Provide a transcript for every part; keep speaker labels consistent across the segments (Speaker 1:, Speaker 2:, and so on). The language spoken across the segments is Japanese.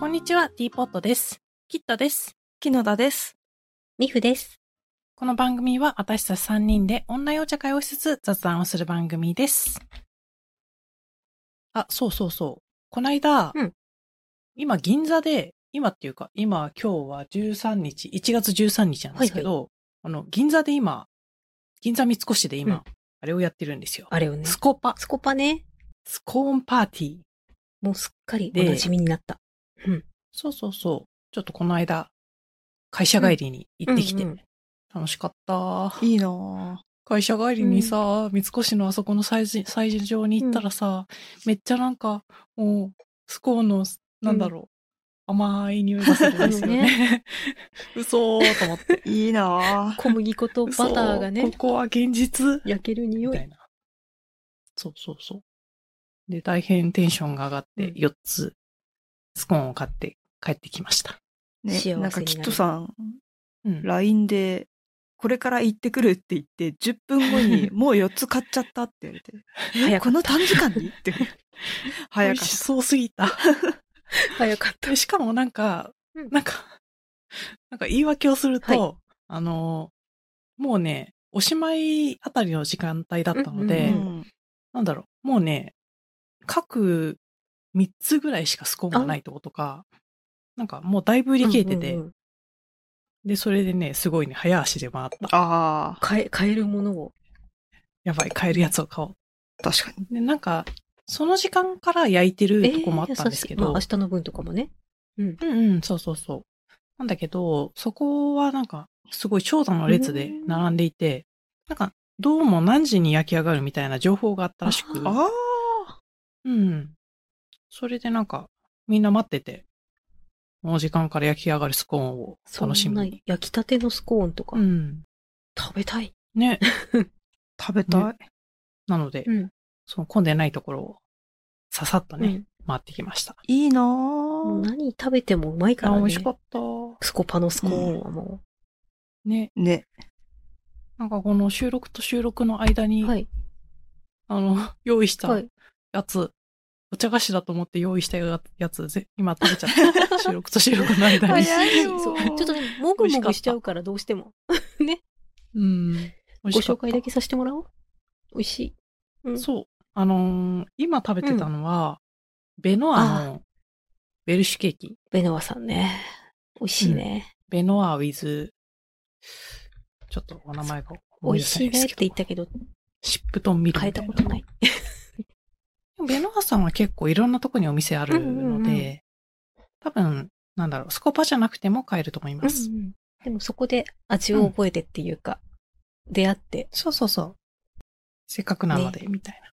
Speaker 1: こんにちは、ティーポットです。キットです。
Speaker 2: 木野田です。
Speaker 3: ミフです。
Speaker 1: この番組は私たち3人でオンラインお茶会をしつつ雑談をする番組です。あ、そうそうそう。こないだ、
Speaker 3: うん
Speaker 1: 今銀座で、今っていうか、今今日は13日、1月13日なんですけど、あの、銀座で今、銀座三越で今、
Speaker 3: うん
Speaker 1: あれをやってるんですよ。
Speaker 3: あれをね。
Speaker 1: スコパ、
Speaker 3: スコパね。
Speaker 1: スコーンパーティー。
Speaker 3: もうすっかりお
Speaker 1: で
Speaker 3: 馴染みになった。
Speaker 1: そうそうそう。ちょっとこの間、会社帰りに行ってきて、
Speaker 3: うんうん
Speaker 1: 楽しかった。
Speaker 2: いいな
Speaker 1: 会社帰りにさ、三越のあそこの祭事祭事場に行ったらさ、めっちゃなんか、もう、スコーンの、なんだろう、甘い匂いがするんですよね。 嘘ーと思って。
Speaker 2: ぁ。いいなぁ。
Speaker 3: 小麦粉 と バターが
Speaker 1: 嘘
Speaker 3: ね、
Speaker 1: ここは現実
Speaker 3: 焼ける
Speaker 1: み
Speaker 3: 匂
Speaker 1: たい
Speaker 3: い。
Speaker 1: な。そうそうそう。で、大変テンションが上がって、
Speaker 3: うん
Speaker 1: 4つ、スコーンを買って帰ってきました。
Speaker 3: 幸せ
Speaker 2: ね、
Speaker 3: になる
Speaker 2: なんかキットさん、
Speaker 1: うん。
Speaker 2: LINE で、これから行ってくるって言って、10分後 にもう4つ買っちゃったって言われて、え
Speaker 3: 早か
Speaker 2: こ
Speaker 3: っ
Speaker 2: の短時間に って。
Speaker 1: 美
Speaker 2: 早
Speaker 1: 味
Speaker 2: かっ
Speaker 1: しそうすぎた。
Speaker 3: た。 早かっ
Speaker 1: でしかもなんか
Speaker 3: うん、
Speaker 1: なんか、なんか言い訳をすると、
Speaker 3: は
Speaker 1: あの、もうね、おしまいあたりの時間帯だったの
Speaker 2: た。
Speaker 1: で、
Speaker 3: うん
Speaker 2: うん
Speaker 1: なんだろう、もうね、各3つぐらいしかスコーンがないってことか、なんかもうだいぶ売
Speaker 3: た。
Speaker 1: り切れてて、
Speaker 3: うんうんうん
Speaker 1: で、それでね、すごいね、早足で回った。
Speaker 2: ああ、
Speaker 3: 買え、買えるものを。
Speaker 1: やばい、買えるやつを買おう。
Speaker 2: 確かに。
Speaker 1: で、なんか、その時間から焼いてるとこもあったんで
Speaker 3: 優
Speaker 1: す
Speaker 3: し
Speaker 1: け
Speaker 3: いまあ
Speaker 1: ど、
Speaker 3: 明日の分とかもね。うん。
Speaker 1: うんうん、そうそうそう。なんだけど、そこはなんか、すごい長蛇の列で並んでいて、なんか、どうも何時に焼き上がるみたいな情報があったらしく、
Speaker 3: あ
Speaker 2: あ
Speaker 1: うん。それでなんか、みんな待ってて、この時間から焼き上がるスコーンを楽しみ
Speaker 3: そんな
Speaker 1: に。
Speaker 3: 焼きたてのスコーンとか
Speaker 1: う、ん。
Speaker 3: 食べたい。
Speaker 1: ね。
Speaker 2: あ、食べたい。
Speaker 1: なので、
Speaker 3: うん
Speaker 1: その混んでないところを、ささっとね、
Speaker 3: うん
Speaker 1: 回ってきました。
Speaker 2: いいな
Speaker 3: もう
Speaker 2: ぁ。
Speaker 3: 何食べてもうまいか
Speaker 1: あ、
Speaker 3: ら
Speaker 1: 美味
Speaker 3: ね
Speaker 1: し。かった。
Speaker 3: スコパのスコーンはも
Speaker 1: ね。
Speaker 2: ね。
Speaker 1: なんかこの収録と収録の間
Speaker 3: う。
Speaker 1: に、
Speaker 3: はい。
Speaker 1: あの、用意した
Speaker 3: はい。
Speaker 1: やつ、お茶菓子だと思って用意したやつ、ぜ今食べちゃ った。収録と収録の間に。
Speaker 2: 早いよ
Speaker 3: そうちょっとね、もぐもぐしちゃうからどうしても。
Speaker 1: うん。美味
Speaker 3: ご
Speaker 1: しか
Speaker 3: 紹
Speaker 1: った
Speaker 3: 介だけさせてもらおう。美味しい。うん
Speaker 1: そう。あのー今食べてたのは、ベノアのベルシュケーキ。
Speaker 3: ベノワさんね。美味しいね。
Speaker 1: ベノア with、ちょっとお名前が
Speaker 3: 美味しいねって言ったけど、
Speaker 1: シップトンミル
Speaker 3: 変え
Speaker 1: みた
Speaker 3: た
Speaker 1: い
Speaker 3: こ
Speaker 1: な
Speaker 3: と。ない。
Speaker 1: ベノアさんは結構いろんなとこにお店あるので、
Speaker 3: うんうんうん
Speaker 1: 多分、なんだろう、スコパじゃなくても買えると思います。
Speaker 3: うんうんでもそこで味を覚えてっていうか、出会って、
Speaker 1: そうそうそう。せっかくなので、みたいな。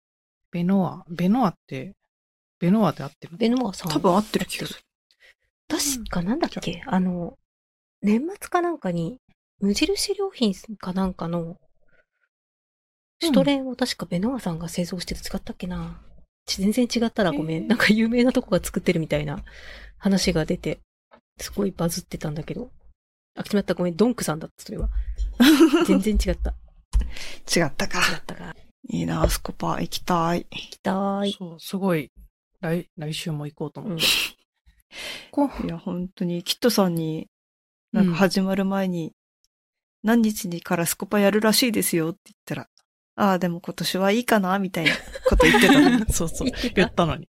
Speaker 1: ベノア、ベノアって、ベノアって合ってる
Speaker 3: ベノワさん。
Speaker 2: 多分合ってる気がする。
Speaker 3: 確かなんだっけ、あの、年末かなんかに、無印良品かなんかの、シュトレンを確かベノワさんが製造してて違ったっけな、ち全然違ったらごめん、
Speaker 1: えー
Speaker 3: なんか有名なとこが作ってるみたいな話が出て、すごいバズってたんだけど。あ、決まった。ごめん、ドンクさんだった、それは。全然違った。
Speaker 2: 違ったか。
Speaker 3: 違ったから。
Speaker 2: いいなぁ、スコパ行きたい。
Speaker 3: 行きたい。
Speaker 1: そう、すごい。来、来週も行こうと思
Speaker 3: う
Speaker 1: っ
Speaker 3: ん
Speaker 1: て。こ
Speaker 2: いや、本当に、キットさんに、なんか始まる前に、何日にからスコパやるらしいですよって言ったら、ああ、でも今年はいいかな、みたいなこと言ってた のに。
Speaker 1: うそうそう
Speaker 3: 言って。た
Speaker 1: 言ったのに。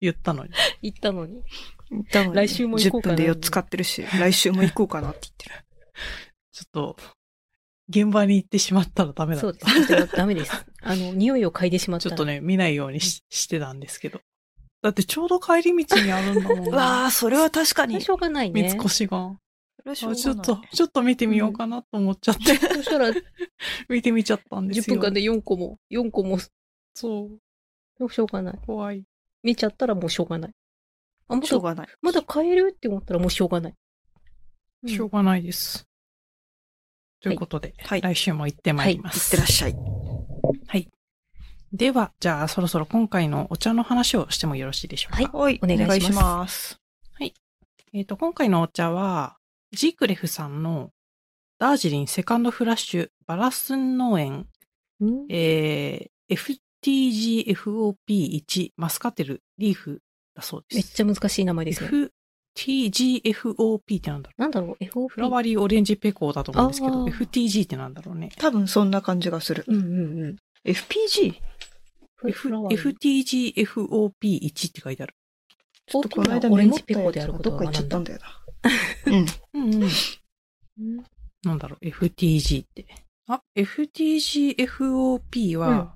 Speaker 1: 言ったのに。
Speaker 3: 行ったのに。
Speaker 2: 言ったのに
Speaker 3: 来週も行こうかな
Speaker 2: 10分で4つ買ってる し、来週も行こうかなって言ってる。
Speaker 1: ちょっと、現場に行ってしまったらダメだ
Speaker 3: そう
Speaker 1: っ
Speaker 3: で
Speaker 1: た。
Speaker 3: す。それはダメです。あの、匂いを嗅いでしまった
Speaker 1: ちょっ
Speaker 3: ら。
Speaker 1: とね、見ないようにししてたんですけど。だってちょうど帰り道にあるんだもん。
Speaker 2: うわあ、それは確かに。
Speaker 3: しょうがない
Speaker 1: 三
Speaker 3: ね。
Speaker 1: 越が。
Speaker 2: あ
Speaker 1: あちょっと、ちょっと見てみようかなと思っちゃって、
Speaker 3: そしたら、
Speaker 1: 見てみちゃったんです
Speaker 3: 10
Speaker 1: よ。
Speaker 3: 分間で4個も、4個も、
Speaker 1: そう、
Speaker 3: しょうがない。
Speaker 1: 怖い。
Speaker 3: 見ちゃったらもうしょうがない。あ、ま
Speaker 2: しょう
Speaker 3: だ、
Speaker 2: がない。
Speaker 3: まだ買えるって思ったらもうしょうがない。うん
Speaker 1: しょうがないです。ということで、
Speaker 2: はい
Speaker 1: 来週も行ってまいりま
Speaker 2: 行っ
Speaker 1: す。
Speaker 2: てらっしゃい。
Speaker 1: では、じゃあそろそろ今回のお茶の話をしてもよろしいでしょうか。
Speaker 3: はい
Speaker 2: はい、
Speaker 3: お願いします
Speaker 2: ます。
Speaker 1: えっ、と、今回のお茶は、ジークレフさんのダージリンセカンドフラッシュバラスン農園、
Speaker 3: うん
Speaker 1: えー、FTGFOP1 マスカテルリーフだそうです。
Speaker 3: めっちゃ難しい名前ですね。
Speaker 1: F、 TGFOP ってなんだろう
Speaker 3: なんだろう、FOP。
Speaker 1: フラワリーオレンジペコーだと思うんですけど、
Speaker 3: あー
Speaker 1: FTG ってなんだろうね。
Speaker 2: 多分そんな感じがする。
Speaker 3: うんうんうん。
Speaker 2: FPG?
Speaker 1: F-
Speaker 3: フラワリー
Speaker 1: FTGFOP1 って書いてある。
Speaker 2: ちょっとこの
Speaker 3: OP
Speaker 2: 間
Speaker 3: のオレ
Speaker 2: メ
Speaker 3: ン
Speaker 2: モっ
Speaker 3: ジ
Speaker 2: た
Speaker 3: ペコ
Speaker 2: やつ
Speaker 3: である
Speaker 2: が
Speaker 3: こと
Speaker 2: どっ
Speaker 3: が
Speaker 2: か行っちゃ
Speaker 3: 学
Speaker 2: っ
Speaker 3: んだ
Speaker 2: たん。だよな。う
Speaker 1: う
Speaker 2: ん。
Speaker 1: んうん。
Speaker 3: うん
Speaker 1: なんだろう、FTG って。あ、FTGFOP は、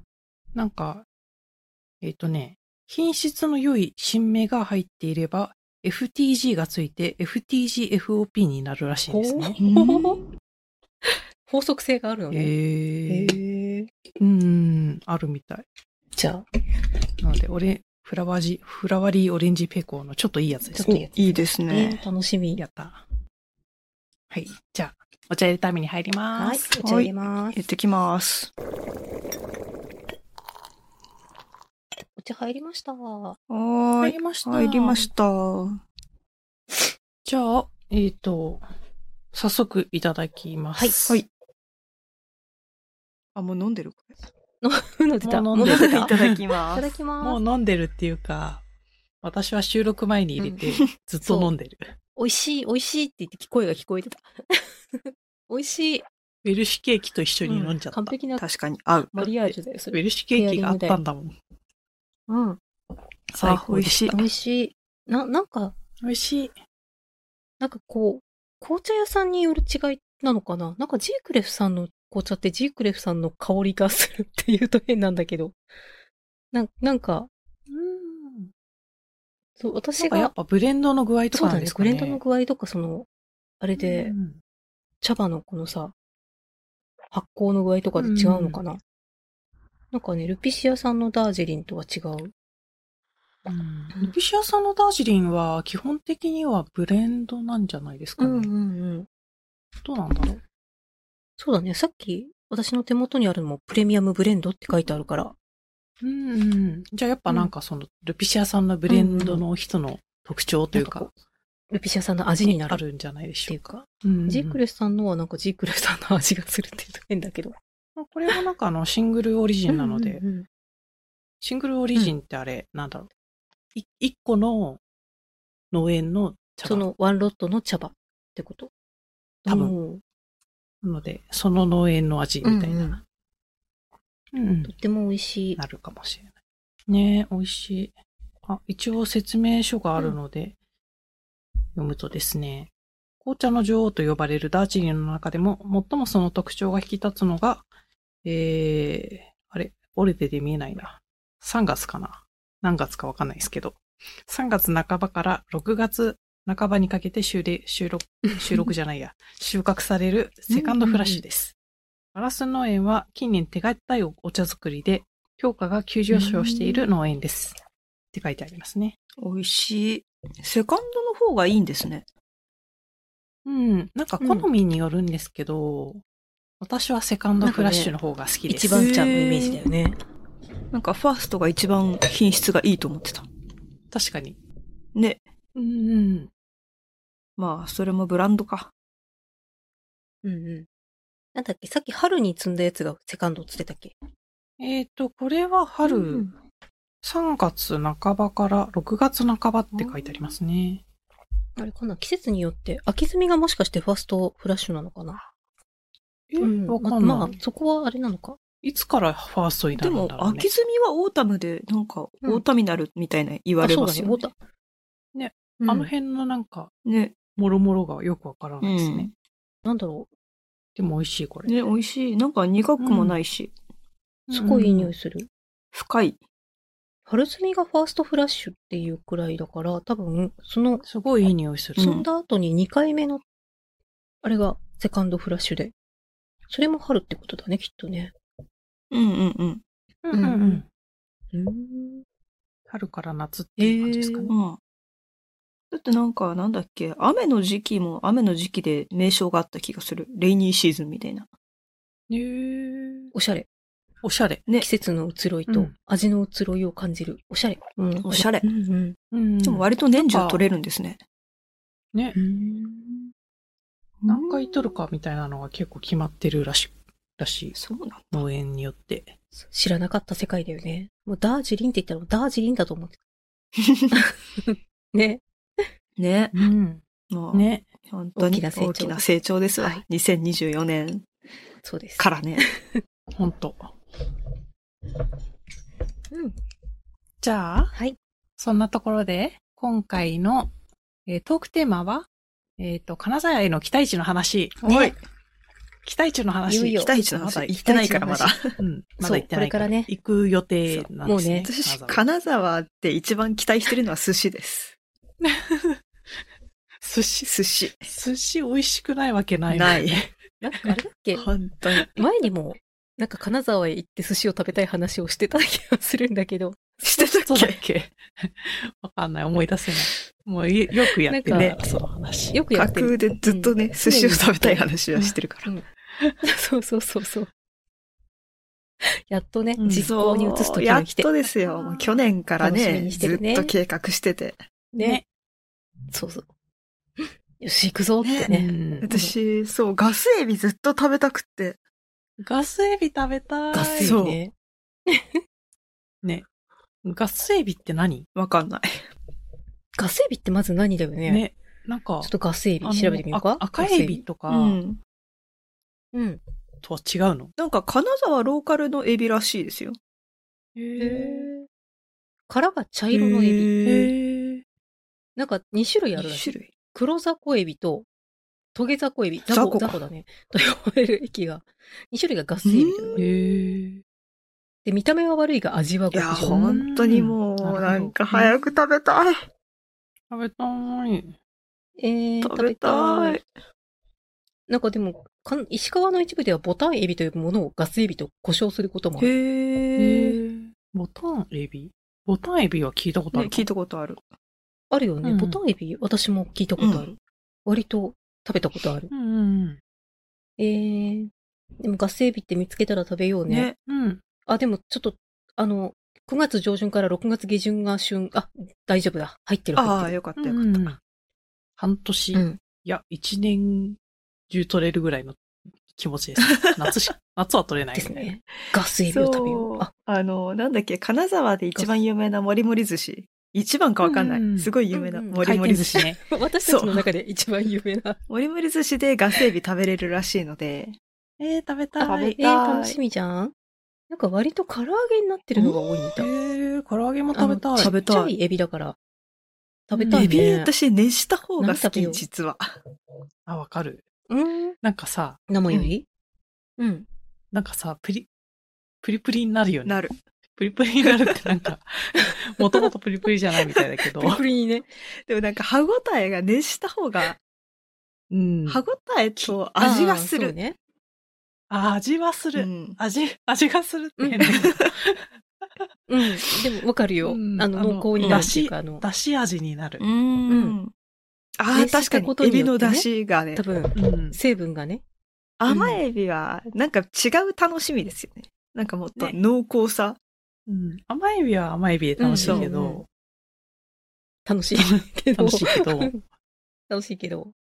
Speaker 1: なんか、えっ、とね、品質の良い新芽が入っていれば、FTG がついて FTGFOP になるらしいですね。
Speaker 3: 法則性があるの
Speaker 1: え
Speaker 3: ね。
Speaker 1: ー、
Speaker 2: へえ。
Speaker 1: うん、あるみたい。
Speaker 3: じゃあ、
Speaker 1: なので、俺、フラワージ、フラワリーオレンジペコーのちょっといいやつです
Speaker 3: ちょっと
Speaker 1: ね。
Speaker 3: いいやつ
Speaker 2: いいですね。
Speaker 3: えー楽しみ。
Speaker 1: やった。はい。じゃあ、お茶入れために入りま
Speaker 3: はい
Speaker 1: す。、
Speaker 3: お茶入れます
Speaker 2: やっ。てきます。
Speaker 3: お茶入りました。は
Speaker 2: はーい。
Speaker 1: りまし
Speaker 2: 入りました。
Speaker 1: じゃあ、えっ、と、早速いただきます。
Speaker 3: い。
Speaker 2: はい。あ、もう飲んでるこれ。
Speaker 3: 飲んでた。
Speaker 1: もう飲んで
Speaker 3: もう
Speaker 1: た
Speaker 3: 飲んで
Speaker 2: い
Speaker 3: た
Speaker 2: た
Speaker 3: い
Speaker 2: だきま
Speaker 3: ただ
Speaker 2: す。
Speaker 3: きま
Speaker 1: も
Speaker 3: す。
Speaker 1: う飲んでるっていうか、私は収録前に入れて、ずっと飲んでる。
Speaker 3: 美味しい、美味しいって言って声が聞こえてた。 美味しい。
Speaker 1: ウェルシュケーキと一緒に飲んじゃった。
Speaker 3: 完璧な
Speaker 2: 確かに合う。
Speaker 3: マリアージュだよ、そ
Speaker 1: ウェ
Speaker 3: れ。
Speaker 1: ルシュケーキがあったんだもん。
Speaker 3: うん。
Speaker 1: 最高でた
Speaker 3: 美味しい。な、なんか、
Speaker 1: 美味しい。
Speaker 3: なんかこう、紅茶屋さんによる違いなのかななんかジークレフさんの紅茶ってジークレフさんの香りがするっていうと変なんだけど。なんなんか、
Speaker 1: うん。
Speaker 3: そう、
Speaker 1: なん
Speaker 3: 私
Speaker 1: か
Speaker 3: が、
Speaker 1: やっぱブレンドの具合と
Speaker 3: そう
Speaker 1: か
Speaker 3: だ
Speaker 1: なん
Speaker 3: ね
Speaker 1: ですか
Speaker 3: ブ
Speaker 1: ね。
Speaker 3: レンドの具合とかその、あれで、
Speaker 1: うん
Speaker 3: 茶葉のこのさ、発酵の具合とかで違うのかな、なんかね、ルピシアさんのダージリンとは違う。
Speaker 1: うんルピシアさんのダージリンは基本的にはブレンドなんじゃないですかね。
Speaker 3: うん。
Speaker 1: どうなんだろう。
Speaker 3: そうだね、さっき私の手元にあるのもプレミアムブレンドって書いてあるから、
Speaker 1: うんうん、じゃあやっぱなんかその、ルピシアさんのブレンドの人の特徴というか、
Speaker 3: うんルピシアさんの味になる
Speaker 1: あ
Speaker 3: っ
Speaker 1: るんじゃないでして
Speaker 3: い
Speaker 1: ょう
Speaker 3: うか。
Speaker 1: か。うんうん
Speaker 3: ジークレスさんのはなんかジークレスさんの味がするっていうと変だけど。
Speaker 1: まあこれはなんかあのシングルオリジンなので、
Speaker 3: うん うんうん
Speaker 1: シングルオリジンってあれ、なんだろう。い一個の農園の茶葉
Speaker 3: そのワンロットの茶葉ってこと。
Speaker 1: 多分
Speaker 3: 分。
Speaker 1: なので、その農園の味みたいな。うんうん
Speaker 3: とっても美味しい。
Speaker 1: なるかもしれない。ねえ、美味しい。あ、一応説明書があるので、読むとですね、紅茶の女王と呼ばれるダージリンの中でも、最もその特徴が引き立つのが、えー、あれ、折れてて見えないな。3月かな何月かわかんないですけど、3月半ばから6月半ばにかけて収れ収録、収録じゃないや、収穫されるセカンドフラッシュです。ガラス農園は近年手堅いお茶作りで、評価が急上昇している農園です。って書いてありますね。
Speaker 2: 美味しい。セカンドの方がいいんですね。
Speaker 1: うん。なんか好みによるんですけど、私はセカンドフラッシュの方が好きです。
Speaker 3: 一番茶のイメージだよね。
Speaker 2: なんかファーストが一番品質がいいと思ってた。
Speaker 1: 確かに。
Speaker 2: ね。
Speaker 1: うんうん。
Speaker 2: まあ、それもブランドか。
Speaker 3: うんうん。なんだっけさっき春に摘んだやつがセカンドっつってたっけ
Speaker 1: えっ、と、これは
Speaker 2: うんう
Speaker 1: 春
Speaker 2: ん
Speaker 1: 3月半ばから6月半ばって書いてありますね。
Speaker 3: あれかな季節によって、秋摘みがもしかしてファーストフラッシュなのかな
Speaker 1: え、
Speaker 3: うん
Speaker 1: わかん
Speaker 3: まま
Speaker 1: な
Speaker 3: あ
Speaker 1: い、。
Speaker 3: そこはあれなのか。
Speaker 1: いつからファーストにな
Speaker 2: で
Speaker 1: るんだろう、
Speaker 2: も
Speaker 1: ね、、
Speaker 2: 秋摘みはオータムで、なんか、オ
Speaker 3: うん
Speaker 2: ータミナルみたいな言わ
Speaker 3: あ、
Speaker 2: れ
Speaker 3: そう
Speaker 2: ま
Speaker 3: だ
Speaker 2: す
Speaker 3: ね。
Speaker 2: よ
Speaker 3: オ
Speaker 2: ね
Speaker 3: ー。タ。
Speaker 1: ね、
Speaker 3: うん、
Speaker 1: あの辺のなんか、
Speaker 2: ね。
Speaker 1: もろもろがよくわからないですね。
Speaker 2: うん
Speaker 3: なんだろ
Speaker 1: でも美味しい、これ。
Speaker 2: ね、美味しい。なんか苦くもないし、
Speaker 3: う。すごいいい匂
Speaker 1: い
Speaker 3: いする。
Speaker 2: 深い。
Speaker 3: 春摘みがファーストフラッシュっていうくらいだから、多分、その、
Speaker 1: すごいいい匂いする。
Speaker 2: うん
Speaker 3: 摘んだ後に2回目の、あれがセカンドフラッシュで。それも春ってことだね、きっとね。
Speaker 2: うんうんうん。
Speaker 1: うんう
Speaker 3: うん
Speaker 1: んうん
Speaker 3: うん。
Speaker 1: 春から夏っていう感じですかね。
Speaker 2: うん。だってなんか、なんだっけ、雨の時期も雨の時期で名称があった気がする。レイニーシーズンみたいな。
Speaker 1: へー
Speaker 3: おしゃれ。
Speaker 1: おしゃれ。
Speaker 2: ね
Speaker 3: 季節の移ろいうと
Speaker 1: ん
Speaker 3: 味の移ろいを感じる。おしゃれ。うん
Speaker 2: おしゃれ
Speaker 3: うんうん
Speaker 1: うん
Speaker 2: でも割と年中取れるんですね。
Speaker 1: ね
Speaker 3: う、ん。
Speaker 1: 何回取るかみたいなのが結構決まってるらしい、らしい。
Speaker 2: そうなんだ。
Speaker 1: 農園によって。
Speaker 3: 知らなかった世界だよね。もうダージリンって言ったらダージリンだと思ってた。ね。
Speaker 2: ね。
Speaker 3: うん。
Speaker 2: もう、
Speaker 1: ね。
Speaker 2: 本当
Speaker 3: 大
Speaker 2: に
Speaker 3: きな成長
Speaker 2: 大きな成長ですわ。
Speaker 3: はい
Speaker 2: 2024年
Speaker 3: そうです。
Speaker 2: からね。
Speaker 1: ほんと。
Speaker 3: うん。
Speaker 1: じゃあ、
Speaker 3: はい。
Speaker 1: そんなところで、今回の、えートークテーマは、えっ、と、金沢への期待値の話。
Speaker 2: はい。
Speaker 1: 期待値の話。
Speaker 3: いよいよ
Speaker 2: 期待値の
Speaker 1: まだ
Speaker 2: 話、
Speaker 1: 行
Speaker 2: 行ってないからまだ。
Speaker 1: うん。まだ行ってないから。
Speaker 3: そうこれからね
Speaker 1: 行く予定なんですね。金
Speaker 2: 私、
Speaker 1: 沢
Speaker 2: 金沢って一番期待してるのは寿司です。
Speaker 1: 寿司、
Speaker 2: 寿司。
Speaker 1: 寿司美味しくないわけないもん
Speaker 2: な
Speaker 1: ね、
Speaker 2: い。
Speaker 3: なんかあれだっけ
Speaker 2: 本当に。
Speaker 3: 前にも、なんか金沢へ行って寿司を食べたい話をしてた気がするんだけど、
Speaker 2: してた
Speaker 1: そう
Speaker 2: っ
Speaker 1: だっ
Speaker 2: け
Speaker 1: けわかんない。思い出せない。もういよくやって
Speaker 3: なん
Speaker 1: ね
Speaker 3: か、
Speaker 1: その話。
Speaker 3: よくや
Speaker 2: 架
Speaker 3: ってる。
Speaker 2: 空でずっとね、
Speaker 3: うん
Speaker 2: 寿司を食べたい話はしてるから。
Speaker 3: そうそうそうそう。やっとね、
Speaker 1: うん
Speaker 3: 実行に移す時
Speaker 2: や
Speaker 3: が
Speaker 2: っ
Speaker 3: 来て。
Speaker 2: とですよ。もう去年から
Speaker 3: 楽しみ
Speaker 2: ね
Speaker 3: にして
Speaker 2: ず
Speaker 3: るね
Speaker 2: っと計画してて。
Speaker 3: ね。そうそう。よし、行くぞって
Speaker 1: う
Speaker 3: ね。
Speaker 1: ん
Speaker 2: 私、そう、ガスエビずっと食べたくて。
Speaker 1: ガスエビ食べたい。
Speaker 3: ガス
Speaker 2: そ
Speaker 3: よ
Speaker 2: う
Speaker 3: ね。
Speaker 1: ね。ガスエビって何
Speaker 2: わかんない。
Speaker 3: ガスエビってまず何だよね。
Speaker 1: ね。なんか
Speaker 3: ちょっ、とガスエビ
Speaker 1: あの
Speaker 3: 調べてみようか
Speaker 1: あ。赤エビと
Speaker 2: う
Speaker 1: か
Speaker 2: ん。
Speaker 3: うん。
Speaker 1: とは違うの
Speaker 2: なんか、金沢ローカルのエビらしいですよ。
Speaker 1: へ
Speaker 3: 殻が茶色のエ
Speaker 1: え。
Speaker 3: ビ。
Speaker 2: へー
Speaker 1: へえ。
Speaker 3: なんか2種類あるら
Speaker 2: 一
Speaker 3: しい
Speaker 2: 種類。
Speaker 3: 黒ザコエビと、トゲザコエビ。
Speaker 2: ザ
Speaker 3: ザ
Speaker 2: コ
Speaker 3: コ、
Speaker 2: か
Speaker 3: ザコだね。 と呼ばれる液が。2種類がガスエビと呼ばれる
Speaker 1: へえ。
Speaker 3: で、見た目は悪いが味はい極
Speaker 2: や、
Speaker 1: ほん
Speaker 3: 上。
Speaker 2: 本当にも
Speaker 1: う
Speaker 2: う、
Speaker 1: ん
Speaker 2: なんか早く食べたい。
Speaker 1: 食べたい。
Speaker 3: えー、
Speaker 2: 食べたい。。
Speaker 3: なんかでも、かん石川の一部ではボタンエビというものをガスエビと呼称することもある。
Speaker 2: へえ。
Speaker 1: へえ。ボタンエビボタンエビは聞いたことあ
Speaker 2: ね
Speaker 1: るかも。
Speaker 2: 聞いたことある。
Speaker 3: あるよね。
Speaker 1: うん
Speaker 3: ボタンエビ、私も聞いたことある。
Speaker 2: う
Speaker 3: 割と食べたことある。
Speaker 1: うんうん
Speaker 3: えー、でもガスエビって見つけたら食べようね。
Speaker 2: ね。
Speaker 1: うん。うん。
Speaker 3: あ、でもちょっと、あの、9月上旬から6月下旬が旬、あ、大丈夫だ。入ってる。
Speaker 2: あ
Speaker 3: 入っ
Speaker 2: あ、
Speaker 3: てる
Speaker 2: よかったよか
Speaker 1: う
Speaker 2: っ
Speaker 1: ん
Speaker 2: た。
Speaker 1: 半年、
Speaker 3: う
Speaker 1: い
Speaker 3: ん。
Speaker 1: や、一年中取れるぐらいの気持ちです。 夏し、夏は取れない
Speaker 3: で
Speaker 1: み
Speaker 3: す
Speaker 1: たいな。
Speaker 3: ね。ガスエビを食べよう。あ、
Speaker 2: あの、なんだっけ、金沢で一番有名なもりもり寿司。一番かわかんな
Speaker 1: うんうん
Speaker 2: い。すごい有名な
Speaker 3: うんうん
Speaker 2: もりもり寿司。
Speaker 1: 回転寿司ね。
Speaker 3: 私たちの中で一番有名な。
Speaker 2: もりもり寿司でガスエビ食べれるらしいので、
Speaker 1: えー、食べた
Speaker 2: 食べ
Speaker 1: い。
Speaker 3: え
Speaker 2: た
Speaker 3: ー、
Speaker 2: い
Speaker 3: 楽しみじゃんなんか割と唐揚げになってるのが多いみ
Speaker 1: え
Speaker 3: たい。
Speaker 1: ー、唐揚げも食べた
Speaker 3: あ
Speaker 1: い。
Speaker 3: の
Speaker 2: 食べたい
Speaker 3: ちっちゃいエビだから。食べたい、ね。
Speaker 2: エビ私熱した方が
Speaker 3: 何
Speaker 2: 好
Speaker 3: 食べよう
Speaker 2: き、実は。
Speaker 1: あ、わかる。
Speaker 3: うん。
Speaker 1: なんかさ、
Speaker 3: 生よりうん。
Speaker 1: なんかさ、プリ、プリプリになるよね。
Speaker 2: なる。
Speaker 1: プリプリになるってなん か、もともとプリプリじゃないみたいだけど
Speaker 3: プ。リプリにね。
Speaker 2: でもなんか歯ごたえが熱した方が、
Speaker 1: うん。
Speaker 2: 歯ごたえと味がす
Speaker 3: あーそう
Speaker 2: る。
Speaker 3: ね。
Speaker 1: あ、味はす
Speaker 2: う
Speaker 1: る。
Speaker 2: ん
Speaker 1: 味、味がするって変だけど
Speaker 3: うん。でもわかるよ。
Speaker 1: うん
Speaker 3: あの、
Speaker 1: あの
Speaker 3: 濃厚になるっていうか、あの、
Speaker 1: だし味になる
Speaker 2: う。ん。ああ、
Speaker 3: 熱
Speaker 2: 確
Speaker 3: し
Speaker 2: か
Speaker 3: た
Speaker 2: に
Speaker 3: こと。
Speaker 2: エ
Speaker 3: に
Speaker 2: ビ
Speaker 3: よ
Speaker 2: の
Speaker 3: ってね
Speaker 2: 出汁がね
Speaker 3: 多、分、
Speaker 1: うん。
Speaker 3: 成分がね。
Speaker 2: 甘エビは、なんか違う楽しみですよね。なんかもっと
Speaker 1: ね
Speaker 2: 濃厚さ。
Speaker 1: うん甘エビは甘エビで楽しいけど、
Speaker 3: うんそう楽しいけど。
Speaker 1: 楽しいけど
Speaker 3: 楽しいけど。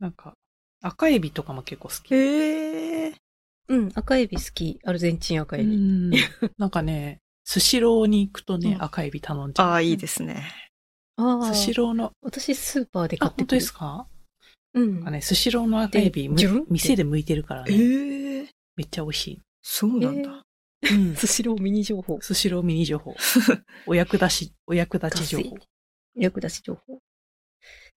Speaker 1: なんか、赤エビとかも結構好き。
Speaker 2: へえ。
Speaker 3: うん。赤エビ好き。アルゼンチン赤エビ。
Speaker 1: うんなんかね、スシローに行くとね、
Speaker 2: うん
Speaker 1: 赤エビ頼んじゃう。
Speaker 2: ああ、いいですね。
Speaker 3: ああ
Speaker 1: ス。シローの、
Speaker 3: 私、スーパーで
Speaker 1: あ、
Speaker 3: 買って
Speaker 1: 本
Speaker 3: く
Speaker 1: 当
Speaker 3: る
Speaker 1: ですか
Speaker 3: うん
Speaker 1: なんか。ね、スシローの赤エビ、む
Speaker 3: でジュルンって
Speaker 1: 店で剥いてるから
Speaker 2: え
Speaker 1: ね、
Speaker 2: え。
Speaker 1: めっちゃ美味し
Speaker 2: そうなんだ。
Speaker 1: い。うん
Speaker 3: スシローミニ情報。
Speaker 1: スシローミニ情報。お役立ち、お役立ち情報。
Speaker 3: 役立ち情報。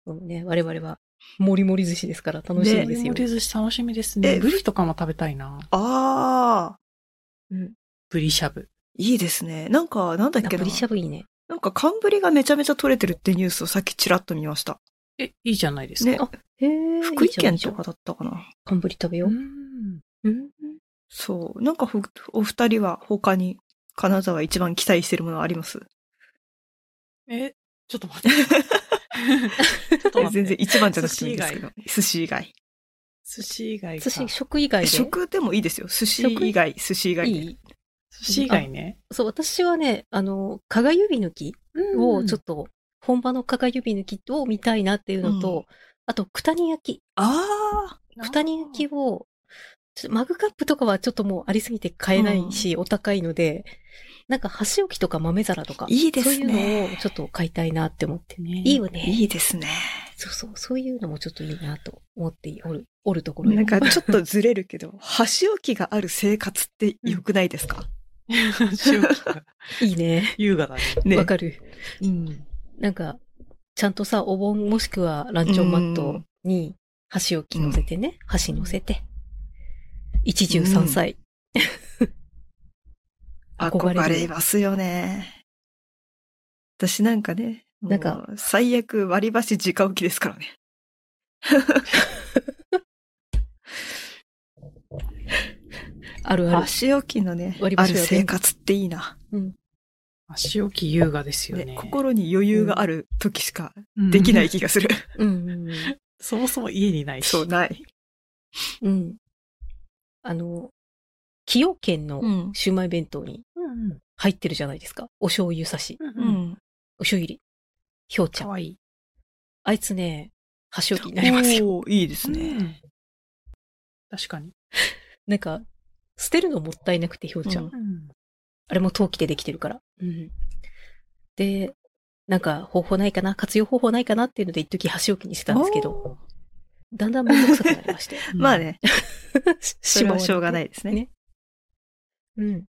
Speaker 3: そうね、我々は、もりもり寿司ですから楽しみ
Speaker 2: え
Speaker 3: です
Speaker 1: 盛
Speaker 3: よ。
Speaker 1: り寿司楽しみですね。
Speaker 2: え
Speaker 1: ブリとかも食べたいな。
Speaker 2: ああ、
Speaker 3: うん。
Speaker 1: ブリシャブ。
Speaker 2: いいですね。なんか、なんだっ
Speaker 3: あ
Speaker 2: け
Speaker 3: ブ
Speaker 2: な
Speaker 3: リ。シャブいいね。
Speaker 2: なんか、寒ぶりがめちゃめちゃ取れてるってニュースをさっきちらっと見ました。
Speaker 1: え、いいじゃないです
Speaker 2: ね
Speaker 1: か。、
Speaker 3: へえ
Speaker 2: 福井県とか。だったかな。
Speaker 3: カンブリ食べよ
Speaker 1: う
Speaker 3: う。
Speaker 1: ん
Speaker 3: うん。
Speaker 2: そう。なんかほ、お二人は他に金沢一番期待してるものあります
Speaker 1: え、ちょっと待って。ちょっと待って
Speaker 2: 全然一番じゃなくてもいいですけど。寿司以外。
Speaker 1: 寿司以外か。
Speaker 3: 寿司、食以外
Speaker 2: え
Speaker 3: で。
Speaker 2: 食でもいいですよ。寿司以外、寿司以
Speaker 3: い
Speaker 2: 外で。
Speaker 3: い
Speaker 1: 寿司以外ね。
Speaker 3: そう、私はね、あの、加賀指抜きを、ちょっと、本場の加賀指抜きを見たいなっていうのと、
Speaker 2: う
Speaker 3: あと、九谷焼き。
Speaker 2: ああ、
Speaker 1: と
Speaker 3: 九谷焼きを、ちょっとマグカップとかはちょっともうありすぎて買えないし、お高いので、なんか箸置きとか豆皿とか、
Speaker 2: いいで
Speaker 3: そう
Speaker 2: す
Speaker 3: い
Speaker 2: ね。
Speaker 3: うのをちょっと買いたいなって思って。
Speaker 1: ね
Speaker 3: いいよね。
Speaker 2: いいですね。
Speaker 3: そうそう、そういうのもちょっといいなと思っておる、おるところよ
Speaker 2: なんかちょっとずれるけ ど、箸置きがある生活って良くないですか、
Speaker 1: 周期が
Speaker 3: いいね。
Speaker 1: 優雅だね。
Speaker 2: ね
Speaker 3: わかる。
Speaker 1: うん。
Speaker 3: なんか、ちゃんとさ、お盆もしくはランチョンマッ
Speaker 2: う
Speaker 3: ト
Speaker 2: ん
Speaker 3: に箸置き乗せてね、箸乗せて。一汁三菜。 憧
Speaker 2: 憧
Speaker 3: れる
Speaker 2: れますよね。私なんかね、
Speaker 3: なんか
Speaker 2: もう最悪割り箸直置きですからね。
Speaker 3: あるある。
Speaker 2: 箸置きのね
Speaker 3: 割、り
Speaker 2: あ
Speaker 3: 箸
Speaker 2: る
Speaker 3: は便利
Speaker 2: 生活っていいな。
Speaker 1: 足置き優雅ですよね。
Speaker 2: ね、心に余裕がある時しか
Speaker 1: うん
Speaker 2: できない。気がする。
Speaker 3: うんうんうん。
Speaker 1: そもそも家にないし。
Speaker 2: そう、ない。
Speaker 3: うん。あの、崎陽軒の
Speaker 2: ん。
Speaker 3: シウマイ弁当に
Speaker 1: うん
Speaker 3: 入ってるじゃないですか。お醤油差し、
Speaker 1: うん。
Speaker 2: う
Speaker 1: うん。
Speaker 2: ん。
Speaker 3: お醤油入り、ひょうちゃ
Speaker 1: か
Speaker 3: ん。
Speaker 1: わいい。
Speaker 3: あいつね、箸置きになりますよ。
Speaker 2: おーいいですね。
Speaker 1: ね確かに。
Speaker 3: なんか、捨てるのもったいなくて、ひょうちゃん。
Speaker 2: うん
Speaker 1: ん。
Speaker 3: あれも陶器でできてるから。うん。で、なんか方法ないかな活用方法ないかなっていうので一時箸置きにしてたんですけど、
Speaker 2: おー
Speaker 3: だんだんめんどくさくなりまして。
Speaker 2: まあ。ね、 そ
Speaker 3: し
Speaker 2: れ
Speaker 3: まわ
Speaker 2: は
Speaker 3: れて
Speaker 2: しょうがないですね。
Speaker 3: ねうん。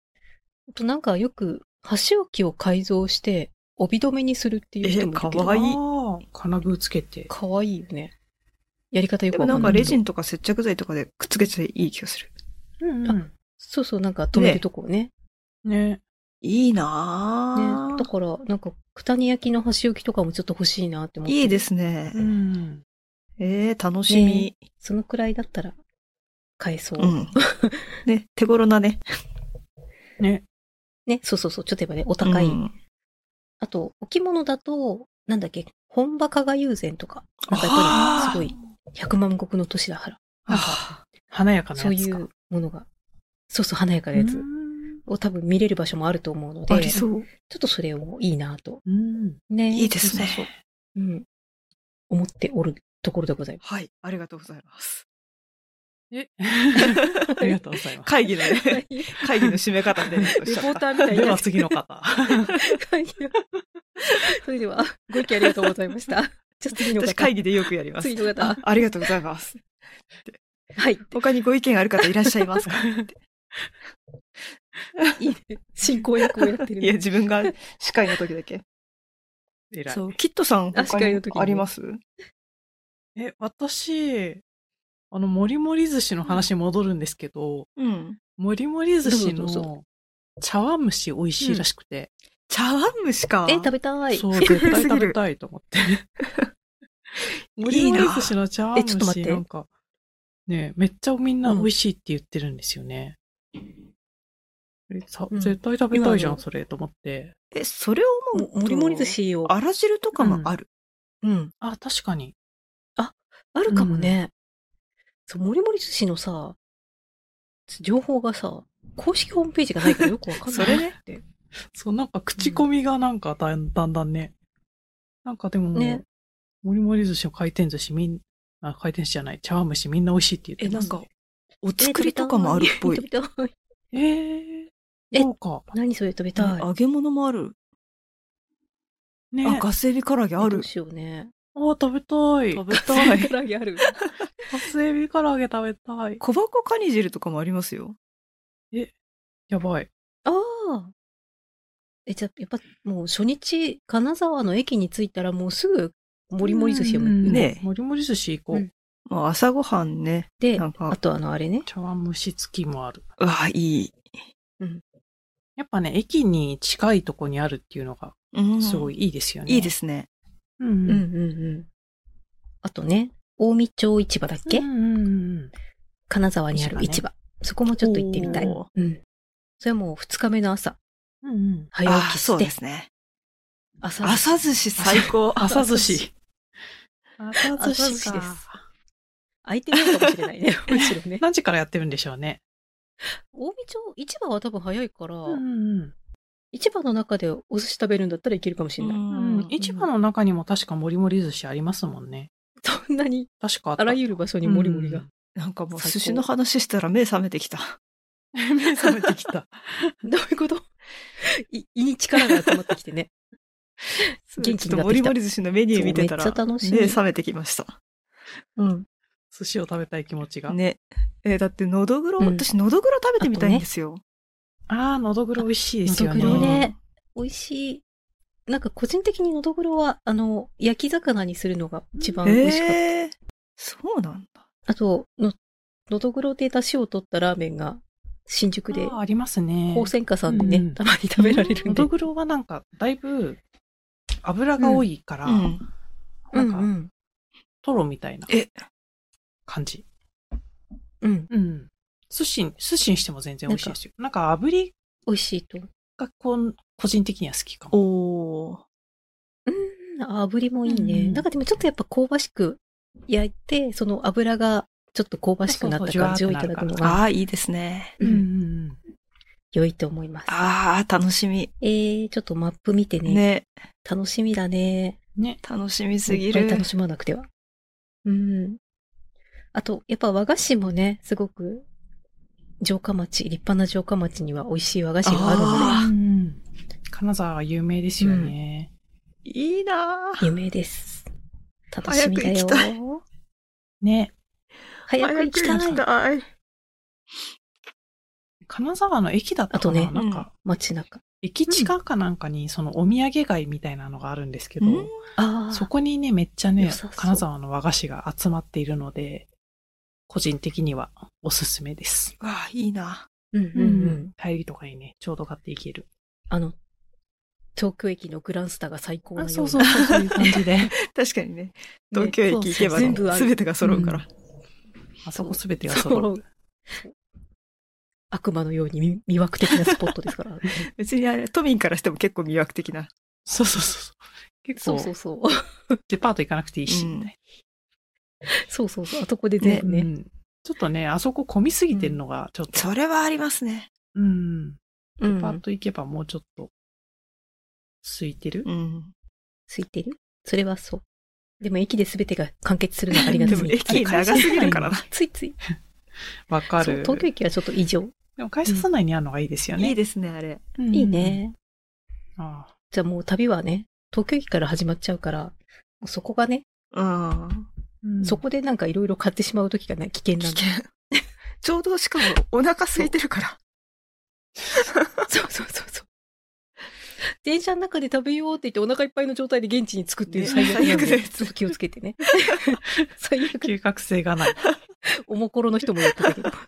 Speaker 3: あとなんかよく、箸置きを改造して、帯留めにするっていう人もいるけど。
Speaker 2: えーかわ
Speaker 1: あ
Speaker 2: いい
Speaker 1: あ、金具つけて。
Speaker 3: かわいいよね。やり方よ
Speaker 2: で
Speaker 3: くわ
Speaker 2: もな
Speaker 3: か
Speaker 2: ん
Speaker 3: んな
Speaker 2: か
Speaker 3: いけ
Speaker 2: レ
Speaker 3: ど。
Speaker 2: ジンとか接着剤とかでくっつけちゃいい気がする。
Speaker 1: うんうん。
Speaker 3: そうそう、なんか止めるとこをね。
Speaker 1: ね。
Speaker 2: いい
Speaker 3: ね
Speaker 2: なぁ
Speaker 3: だから、なんか、九谷焼きの箸置きとかもちょっと欲しいなって思って。
Speaker 2: いいですね。
Speaker 1: ん。
Speaker 2: えー、楽しみ。
Speaker 3: ねそのくらいだったら、買えそう。
Speaker 2: うん。ね、手頃なね。
Speaker 1: ね。
Speaker 3: ね、そうそうそう、ちょっとやっぱね、お高い。
Speaker 2: うん
Speaker 3: あと、置物だと、なんだっけ、本場加賀友禅とか、なんかやっぱり、すごい、百万石の都市だから、なん
Speaker 1: あ華やかな
Speaker 3: そう
Speaker 1: や
Speaker 3: い
Speaker 1: つか。
Speaker 3: うものが、そうそう、華やかなやつ
Speaker 1: うん
Speaker 3: を多分見れる場所もあると思うの
Speaker 2: あ
Speaker 3: で、
Speaker 2: り
Speaker 3: ちょ
Speaker 2: そう。
Speaker 3: っとそれをいいなと。
Speaker 1: うん。
Speaker 3: ね。
Speaker 2: いいですね
Speaker 3: そうそうそううん。思っておるところでございま
Speaker 2: はい、ありがとうございます。
Speaker 1: えありがとうございます。
Speaker 2: 会議の ね、
Speaker 3: す。
Speaker 2: 会議の締め方で、ね、
Speaker 3: レポーターみたいに
Speaker 1: で
Speaker 3: な
Speaker 1: は
Speaker 3: っ
Speaker 1: 次の方。
Speaker 3: それでは、ご意見ありがとうございました。じゃあ次の方。
Speaker 2: 私会議でよくやります
Speaker 3: 次。の
Speaker 2: あ
Speaker 3: 方。
Speaker 2: ありがとうございます。
Speaker 3: はい。
Speaker 2: 他にご意見ある方いらっしゃいますか
Speaker 3: いいね。進行役をやってる
Speaker 2: いや、。自分が司会の時だけ。
Speaker 1: 偉い
Speaker 2: そう、キットさん
Speaker 3: あ司
Speaker 2: 他
Speaker 3: 会
Speaker 2: に
Speaker 3: の時に
Speaker 2: あります
Speaker 1: え、私、あの、もりもり寿司の話に戻るんですけど、
Speaker 2: うん。
Speaker 1: もりもり寿司
Speaker 3: どうぞどう
Speaker 1: の茶碗蒸し美味しいらしくて、
Speaker 2: 茶碗蒸しか。
Speaker 3: え、食べたい。
Speaker 1: そう、絶対食べ
Speaker 2: い。
Speaker 1: たいと思 って。 も
Speaker 2: い
Speaker 1: り
Speaker 2: い
Speaker 1: も
Speaker 2: な
Speaker 1: り寿司の茶碗
Speaker 3: えちょっ
Speaker 1: 蒸
Speaker 3: と待っ
Speaker 1: してなんか、ね、めっちゃみんな美味しいって言ってるんですよね。えさ
Speaker 3: うん
Speaker 1: 絶対食べたいじゃ
Speaker 3: 今あ
Speaker 1: ん、
Speaker 3: の
Speaker 1: それ、と思って。
Speaker 2: え、それを思うと。
Speaker 3: もりもり寿。司を。
Speaker 2: あら汁とかもある。
Speaker 3: うん。
Speaker 1: あ、確かに。
Speaker 3: あるかもね。そう、もりもり寿司のさ、情報がさ、公式ホームページがないからよくわかんない。
Speaker 2: それね。
Speaker 1: そう、なんか口コミがなんかだんだんだんね。なんかでも、
Speaker 3: ね
Speaker 1: もりもり寿司の回転寿司みん、あ、回転寿司じゃない、茶碗蒸しみんな美味しいって言って
Speaker 2: え、な
Speaker 1: ま
Speaker 2: ん
Speaker 1: す、
Speaker 2: か
Speaker 1: ね。、
Speaker 2: お作りとかもあるっぽい
Speaker 3: え。食べたい。
Speaker 1: えー、
Speaker 3: え
Speaker 1: そうか。
Speaker 3: 何それ食べたい。
Speaker 2: 揚げ物もある。
Speaker 1: ね
Speaker 2: あ、ガスエビ唐揚げあ
Speaker 3: ど
Speaker 2: る
Speaker 3: う。しようね。
Speaker 1: あー、食べたい。
Speaker 2: 食べ たい。
Speaker 3: 唐揚げある。
Speaker 1: カスエビ唐揚げ食べたい。
Speaker 2: 小箱カニ汁とかもありますよ。
Speaker 1: やばい。
Speaker 3: ああ。え、じゃあ、やっぱ、もう初日、金沢の駅に着いたら、もうすぐ、もりもり寿司を
Speaker 1: うん
Speaker 3: 行く。
Speaker 2: ね
Speaker 1: もりもり寿司行こう。
Speaker 3: うん
Speaker 2: まあ、朝ごはんね。
Speaker 3: で、
Speaker 2: なんか
Speaker 3: あとあの、あれね。
Speaker 1: 茶碗蒸し付きもある。
Speaker 2: うわ、いい。
Speaker 1: やっぱね、駅に近いとこにあるっていうのが、
Speaker 2: うん
Speaker 1: すごいいいですよね。。
Speaker 2: いいですすね。
Speaker 1: うん
Speaker 3: う
Speaker 1: うん
Speaker 3: うん
Speaker 1: ん。
Speaker 3: うん。あとね、大見町市場だっけ、
Speaker 1: うんうんうん
Speaker 3: 金沢にある市場。そこもちょっと行ってみたい。
Speaker 2: おー
Speaker 3: うん。それはもう二日目の朝、
Speaker 1: うんうん。
Speaker 3: 早起
Speaker 2: あ
Speaker 3: き
Speaker 2: そ
Speaker 3: し
Speaker 2: う
Speaker 3: て
Speaker 2: で、すね。
Speaker 3: 朝朝
Speaker 2: 朝寿司最 高。
Speaker 1: 朝寿司。朝か
Speaker 3: 寿司朝寿司です空いてるかもしれない ね、むしろね。
Speaker 1: 何時からやってるんでしょうね。
Speaker 3: 大見町市場は多分早いから、
Speaker 1: うんうん
Speaker 3: 市場の中でお寿司食べるんだったらいけるかもしれない。
Speaker 1: うん。市場の中にも確かもりもり寿司ありますもんね。
Speaker 3: そんなに、
Speaker 1: 確かあった。
Speaker 3: あらゆる場所にもりもりが。
Speaker 1: うん
Speaker 2: なんかもう
Speaker 3: 最高
Speaker 2: 寿司の話したら目覚めてきた。
Speaker 1: 目覚めてきた。
Speaker 3: どういうことい胃に力が集まってきて ね。元気
Speaker 2: ち
Speaker 3: に
Speaker 2: ょっ
Speaker 3: な
Speaker 2: と
Speaker 3: ってき
Speaker 2: モリ
Speaker 3: た
Speaker 2: モリ寿司のメニュー見てたら、
Speaker 3: そうめっちゃ楽しみ
Speaker 2: 目覚めてきました。うん。
Speaker 1: 寿司を食べたい気持ちが。
Speaker 2: ね。えーだって、のどぐろ、
Speaker 3: うん
Speaker 2: 私、のどぐろ食べてみたいんですよ。
Speaker 1: ああ、のどぐろ美味しいですよね。
Speaker 3: のどぐろね。美味しい。なんか個人的にのどぐろは、あの、焼き魚にするのが一番美味しかった。
Speaker 2: えーそうなんだ。
Speaker 3: あと、の、のどぐろで出汁を取ったラーメンが、新宿で
Speaker 1: あ、ーありますね。
Speaker 3: 宝仙花さんでね、
Speaker 1: うん
Speaker 3: たまに食べられる
Speaker 1: の
Speaker 3: んで。
Speaker 1: どぐろはなんか、だいぶ、油が多いから、
Speaker 2: うん。
Speaker 1: なん
Speaker 3: う
Speaker 1: か、
Speaker 3: ん
Speaker 1: トロみたいな
Speaker 2: え
Speaker 1: 感じ。
Speaker 3: うん。うん。
Speaker 1: うん。寿司に、寿司にしても全然美味しいですよ。なんか、炙り
Speaker 3: 美味しいと。
Speaker 1: がこう、個人的には好きかも。
Speaker 2: おー。
Speaker 3: うん。炙りもいいね。
Speaker 1: うん
Speaker 3: なんかでもちょっとやっぱ香ばしく焼いて、その油がちょっと香ばしくなった感じをいただくのが、
Speaker 2: ああ、いいですね。
Speaker 3: うん
Speaker 1: ん。
Speaker 3: 良いと思います。
Speaker 2: ああ、楽しみ。
Speaker 3: えー、ちょっとマップ見てね。
Speaker 2: ね。
Speaker 3: 楽しみだね。
Speaker 1: ね。
Speaker 2: 楽しみすぎ
Speaker 3: いっ
Speaker 2: る
Speaker 3: ぱい。楽しまなくては。うん。あと、やっぱ和菓子もね、すごく、城下町、立派な城下町には美味しい和菓子があるの
Speaker 2: あ
Speaker 1: うん。金沢は有名ですよね。
Speaker 2: いいな
Speaker 3: で、有名です。楽しみだよ。
Speaker 2: 早く行きた
Speaker 1: ね。
Speaker 2: ー
Speaker 3: 早く行きたい。
Speaker 2: たい。
Speaker 1: 金沢の駅だったか
Speaker 3: あ
Speaker 1: な
Speaker 3: とね
Speaker 1: なんか、
Speaker 3: 街中。
Speaker 1: 駅地下かなんかに、そのお土産街みたいなのがあるんですけど、
Speaker 2: うん
Speaker 3: ああ。
Speaker 1: そこにね、めっちゃね
Speaker 3: 良さそう、
Speaker 1: 金沢の和菓子が集まっているので、個人的にはおすすめです。
Speaker 2: わあ、いいな。
Speaker 3: うんうんうん。
Speaker 1: 帰りとかにね、ちょうど買っていける。
Speaker 3: あの、東京駅のグランスタが最高なような
Speaker 1: そうそうそう、そういう感じ で。
Speaker 2: 確かにね。
Speaker 3: ね
Speaker 2: 東京駅行けば
Speaker 3: そうそう
Speaker 2: ね、
Speaker 3: 全部ある
Speaker 2: すべてが揃うから。
Speaker 1: あそこすべてが揃う。
Speaker 3: そう悪魔のように魅魅惑的なスポットですから。
Speaker 2: 別にあれ、都民からしても結構魅惑的な。
Speaker 1: そうそうそうそう。結
Speaker 3: そうそ
Speaker 1: 構
Speaker 3: う、そう。
Speaker 1: デパート行かなくていいし、
Speaker 2: うん
Speaker 1: みたい
Speaker 3: そうそうそう。あそこで全部
Speaker 1: な
Speaker 3: ね。
Speaker 1: うんちょっとね、あそこ混みすぎてるのが、ちょっと、
Speaker 2: それはありますね。
Speaker 1: うん。
Speaker 3: うん
Speaker 1: デパート行けばもうちょっと、空いてる
Speaker 2: うん。
Speaker 3: ついてるそれはそう。でも駅で全てが完結するのはありが
Speaker 2: で
Speaker 3: た
Speaker 2: も
Speaker 3: い。
Speaker 2: 駅長すぎるからな。
Speaker 3: ついつい。
Speaker 1: わか
Speaker 3: そう
Speaker 1: る。
Speaker 3: 東京駅はちょっと異常。
Speaker 1: でも会社さ内にあるのがいいですよね。
Speaker 2: いいですね、あれ。
Speaker 1: うん
Speaker 3: いい。ね。
Speaker 1: ああ
Speaker 3: じゃあもう旅はね、東京駅から始まっちゃうから、もうそこがね、
Speaker 2: うん。
Speaker 1: うん
Speaker 3: そこでなんかいろいろ買ってしまう時がね、危険
Speaker 2: 危
Speaker 3: なんだ。
Speaker 2: 険。 ちょうどしかもお腹空いてるから。
Speaker 3: そうそうそうそう。電車の中で食べようって言ってお腹いっぱいの状態で現地に着くっていう
Speaker 2: ね
Speaker 3: 最悪なんで、
Speaker 2: 最悪です
Speaker 3: ちょっと気をつけてね。 最悪、
Speaker 1: 嗅覚性が ない。
Speaker 3: おもころの人もやってたけど、ちょ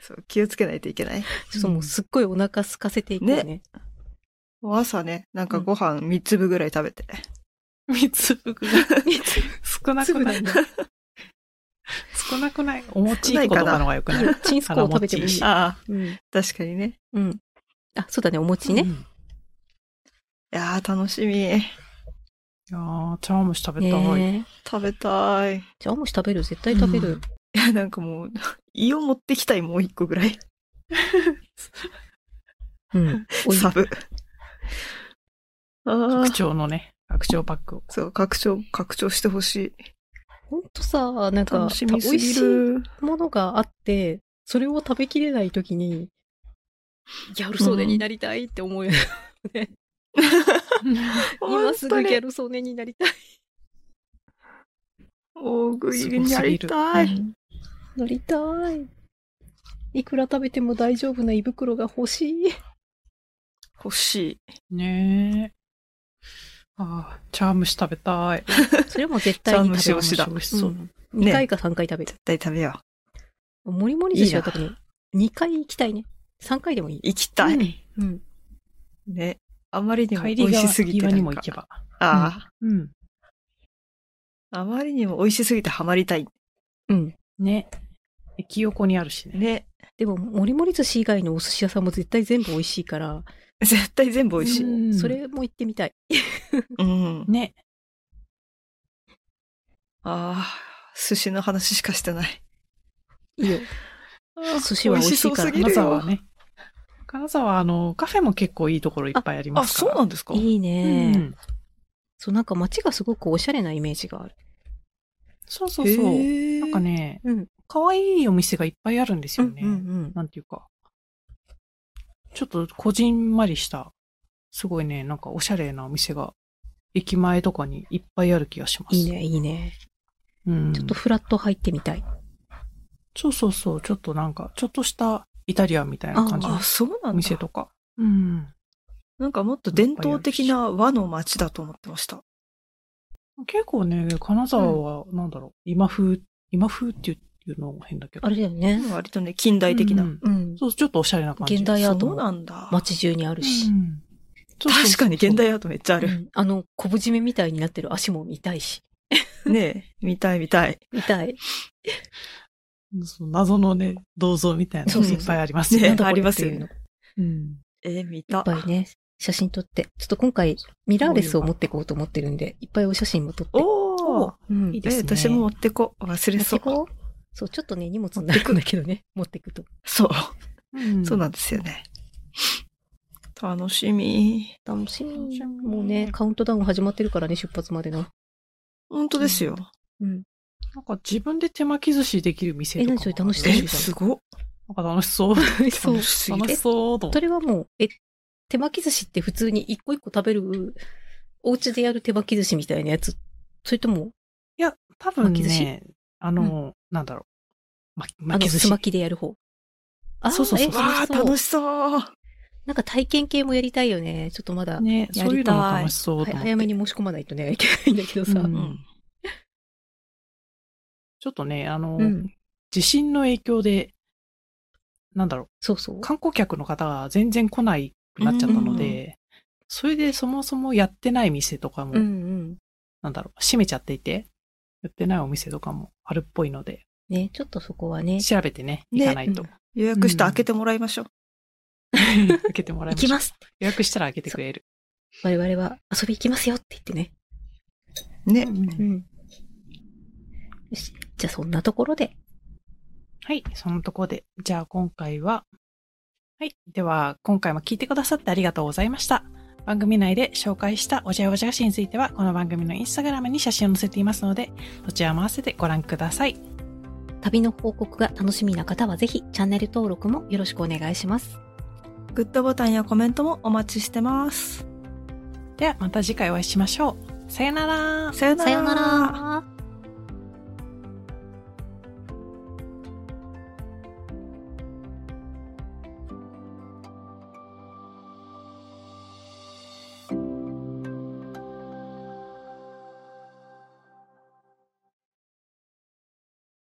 Speaker 2: そう、気をつけないといけない。
Speaker 3: っともうすっごいお腹空かせていこう ね。
Speaker 2: もう朝ね、なんかご飯3粒ぐらい食べて。
Speaker 1: 三つ服が少なく
Speaker 3: 粒
Speaker 1: な
Speaker 3: ないん。だ。
Speaker 1: 少なくない。お餅1個とかの方がよくない。
Speaker 3: チンスコを食べてもいいし。
Speaker 2: ああ、
Speaker 3: うん。
Speaker 2: 確かにね。
Speaker 3: うん。あ、そうだね、お餅ね。
Speaker 1: うん
Speaker 2: いやー、楽しみ。
Speaker 1: いやー、茶碗蒸し食べたい。
Speaker 3: ねえ。
Speaker 2: 食べたい。い
Speaker 3: じゃあ、もし食べる、絶対食べる。
Speaker 2: や、なんかもう、胃を持ってきたい、もう一個ぐらい。
Speaker 3: うん。おい
Speaker 2: サブ。ああ
Speaker 1: 拡。張のね、拡張パッ クを。
Speaker 2: そう、拡張、拡張してほしい。
Speaker 3: ほんとさ、なんか、
Speaker 2: 楽
Speaker 3: た
Speaker 2: し
Speaker 3: 美
Speaker 2: みす
Speaker 3: 味
Speaker 2: ぎ
Speaker 3: しい
Speaker 2: る。
Speaker 3: ものがあって、それを食べきれないときに、ギャルソーネになりたいって思うよね。 今すぐギャ
Speaker 2: ル。
Speaker 3: ルソーネになりたい。
Speaker 2: 大食いになりたい。
Speaker 3: うんなりたい。いくら食べても大丈夫な胃袋が欲し い。
Speaker 2: 欲し
Speaker 1: ねえ。ああ、茶碗蒸し食べたい。
Speaker 3: それも絶
Speaker 2: 対
Speaker 3: 対
Speaker 2: に
Speaker 3: に
Speaker 2: 食
Speaker 3: 食べ
Speaker 2: べよ
Speaker 3: る。
Speaker 2: うしだ
Speaker 1: 美味しそう。
Speaker 3: 2回か3回食べる
Speaker 2: い。。絶対食べよ
Speaker 3: モリモリ寿司はい
Speaker 2: いな
Speaker 3: 特に2回行きたいね。3回でもいい。
Speaker 2: う。行きたい。
Speaker 1: うん
Speaker 3: うん。
Speaker 2: ね。あまりにも
Speaker 1: 帰
Speaker 2: 美
Speaker 1: り
Speaker 2: 味
Speaker 1: が
Speaker 2: しすぎて
Speaker 1: 際
Speaker 2: な
Speaker 1: に
Speaker 2: ん
Speaker 1: も
Speaker 2: か
Speaker 1: 行けば。
Speaker 2: あ
Speaker 1: うん。
Speaker 2: あ、あまりにも美味しすぎてハマりたい。
Speaker 3: うん。
Speaker 1: ね。駅横にあるしね。
Speaker 2: ね。
Speaker 3: でも、モリモリ寿司以外のお寿司屋さんも絶対全部美味しいから、
Speaker 2: 絶対全部美味しい。
Speaker 1: うん
Speaker 3: それも行ってみたい。
Speaker 2: うん。
Speaker 1: ね。
Speaker 2: ああ、寿司の話しかしてない。
Speaker 3: いいよ。寿司は美味しいから
Speaker 2: 美
Speaker 1: 金
Speaker 2: 味し
Speaker 1: 沢
Speaker 2: そう
Speaker 1: は
Speaker 2: すぎるよ。
Speaker 1: ね。金沢はあの、カフェも結構いいところいっぱいありま
Speaker 2: あ、
Speaker 1: すか
Speaker 2: そ
Speaker 1: ら。
Speaker 2: うなんですか
Speaker 3: いいうね、
Speaker 1: ん
Speaker 3: そう、なんか街がすごくおしゃれなイメージがある。
Speaker 1: そうそうそう。な
Speaker 2: なん
Speaker 1: か。ね、
Speaker 3: うん。
Speaker 1: 可愛いお店がいっぱいあるんです
Speaker 3: う
Speaker 1: よ
Speaker 3: ん
Speaker 1: ね。
Speaker 3: うん
Speaker 1: なんていうか。ちょっとこじんまりした、すごいね、なんかおしゃれなお店が、駅前とかにいっぱいある気がします。
Speaker 3: いい。ね、いいね。
Speaker 1: うん。
Speaker 3: ちょっとフラット入ってみたい。
Speaker 1: そうそうそう、ちょっとなんか、ちょっとしたイタリアンみたいな感じの
Speaker 2: あ、そう
Speaker 1: お
Speaker 2: なん
Speaker 1: 店
Speaker 2: だ。
Speaker 1: とか。うん。
Speaker 2: なんかもっと伝統的な和の街だと思ってました。
Speaker 1: 結構ね、金沢は、なんだろう、今風、今風っていうのも変だけど。
Speaker 3: あれだよね。
Speaker 2: 割とね、近代的な。
Speaker 1: うん
Speaker 3: うん。
Speaker 1: そう、ちょっとおしゃれな感じ。
Speaker 3: 現代アート
Speaker 2: そう
Speaker 3: も
Speaker 2: なんだ。
Speaker 3: 街中にあるし。
Speaker 1: うんそうそうそう
Speaker 2: 確かに現代アートめっちゃあ
Speaker 3: あ
Speaker 2: る。
Speaker 3: あの、昆布締めみたいになってる足も見たいし。
Speaker 2: ねえ、見たい見たい。
Speaker 3: 見たい。
Speaker 1: そう謎のね、銅像みたいなのがいっぱいあります
Speaker 2: ね
Speaker 1: ね。
Speaker 2: ありますよ
Speaker 3: なんだ
Speaker 2: ね
Speaker 3: こ。
Speaker 1: うん。
Speaker 2: えー、見
Speaker 3: れって
Speaker 2: た
Speaker 3: いう。のいっぱいね、写真撮って。ちょっと今回、ミラーレスを持ってこうと思ってるんで、いっぱいお写真も撮って。
Speaker 2: おー
Speaker 3: うん
Speaker 1: いいで
Speaker 2: え
Speaker 1: す
Speaker 2: ー、
Speaker 1: ね
Speaker 2: 私も持ってこ。忘れ
Speaker 3: 持っ
Speaker 2: そ
Speaker 3: て
Speaker 2: う。
Speaker 3: こうそう、ちょっとね、荷物になるんだけどね、持ってくと。
Speaker 2: そう。
Speaker 1: うん
Speaker 2: そうなんですよね。楽しみ。
Speaker 3: 楽しみ
Speaker 1: 楽しみ
Speaker 3: もうね、カウントダウン始まってるからね、出発までの。
Speaker 2: 本当ですよ。
Speaker 3: うん。
Speaker 1: なんか自分で手巻き寿司できる店とかもある。
Speaker 3: え何それ楽しそ
Speaker 2: え
Speaker 3: う
Speaker 2: ー、すごっ。
Speaker 1: なんか楽しそう。
Speaker 3: そう
Speaker 2: 楽。しすぎ
Speaker 1: 楽
Speaker 2: る。
Speaker 1: しそうと思っ て。
Speaker 3: それはもう、え、手巻き寿司って普通に一個一個食べる、お家でやる手巻き寿司みたいなやつ。それとも、
Speaker 1: いや、多分
Speaker 3: 巻き寿司
Speaker 1: ね、あの、なんだろう。巻
Speaker 3: あ
Speaker 1: 巻き
Speaker 3: の、
Speaker 1: 寿
Speaker 3: す
Speaker 1: 司。
Speaker 3: まきでやる方。あー
Speaker 1: そうそうそう
Speaker 3: え
Speaker 2: わあ、
Speaker 3: 楽
Speaker 2: 楽
Speaker 3: しそ
Speaker 2: しそう。
Speaker 3: うなんか体験系もやりたいよね。ちょっとまだ、
Speaker 1: ね、
Speaker 3: やりたい
Speaker 1: そういうのも楽しそう
Speaker 3: は
Speaker 1: と
Speaker 3: い
Speaker 1: 思って。
Speaker 3: 早めに申し込まないとね、いけないんだけどさ。
Speaker 1: う
Speaker 2: うんん。
Speaker 1: ちょっとね、あの、
Speaker 3: うん
Speaker 1: 地震の影響で、なんだろう。
Speaker 3: そうそう。
Speaker 1: 観光客の方が全然来ないくなっちゃったので、
Speaker 2: うん
Speaker 1: それでそもそもやってない店とかも、
Speaker 3: うんうん。
Speaker 1: なんだろう、閉めちゃっていて、やってないお店とかもあるっぽいので、
Speaker 3: ね、ちょっとそこはね、
Speaker 1: 調べてね、
Speaker 2: ね
Speaker 1: 行かないと。
Speaker 2: 予約して
Speaker 1: うん
Speaker 2: 開けてもらいましょう。
Speaker 1: 開けてもらい
Speaker 3: 行
Speaker 1: まし
Speaker 3: き
Speaker 1: ょう
Speaker 3: ます
Speaker 1: 予約したら開けてくれる。
Speaker 3: 我々は遊び行きますよって言ってね。
Speaker 2: ね。
Speaker 3: うん。よし。じゃあそんなところで。
Speaker 1: はい、そのとこで。じゃあ今回は、はい。では、今回も聞いてくださってありがとうございました。番組内で紹介したおじゃおじゃ菓子については、この番組のインスタグラムに写真を載せていますので、そちらも合わせてご覧ください。
Speaker 3: 旅の報告が楽しみな方はぜひチャンネル登録もよろしくお願いします。
Speaker 2: グッドボタンやコメントもお待ちしてます。
Speaker 1: ではまた次回お会いしましょう。さよなら。
Speaker 2: さよな
Speaker 3: さ
Speaker 2: ら。
Speaker 3: ようなら。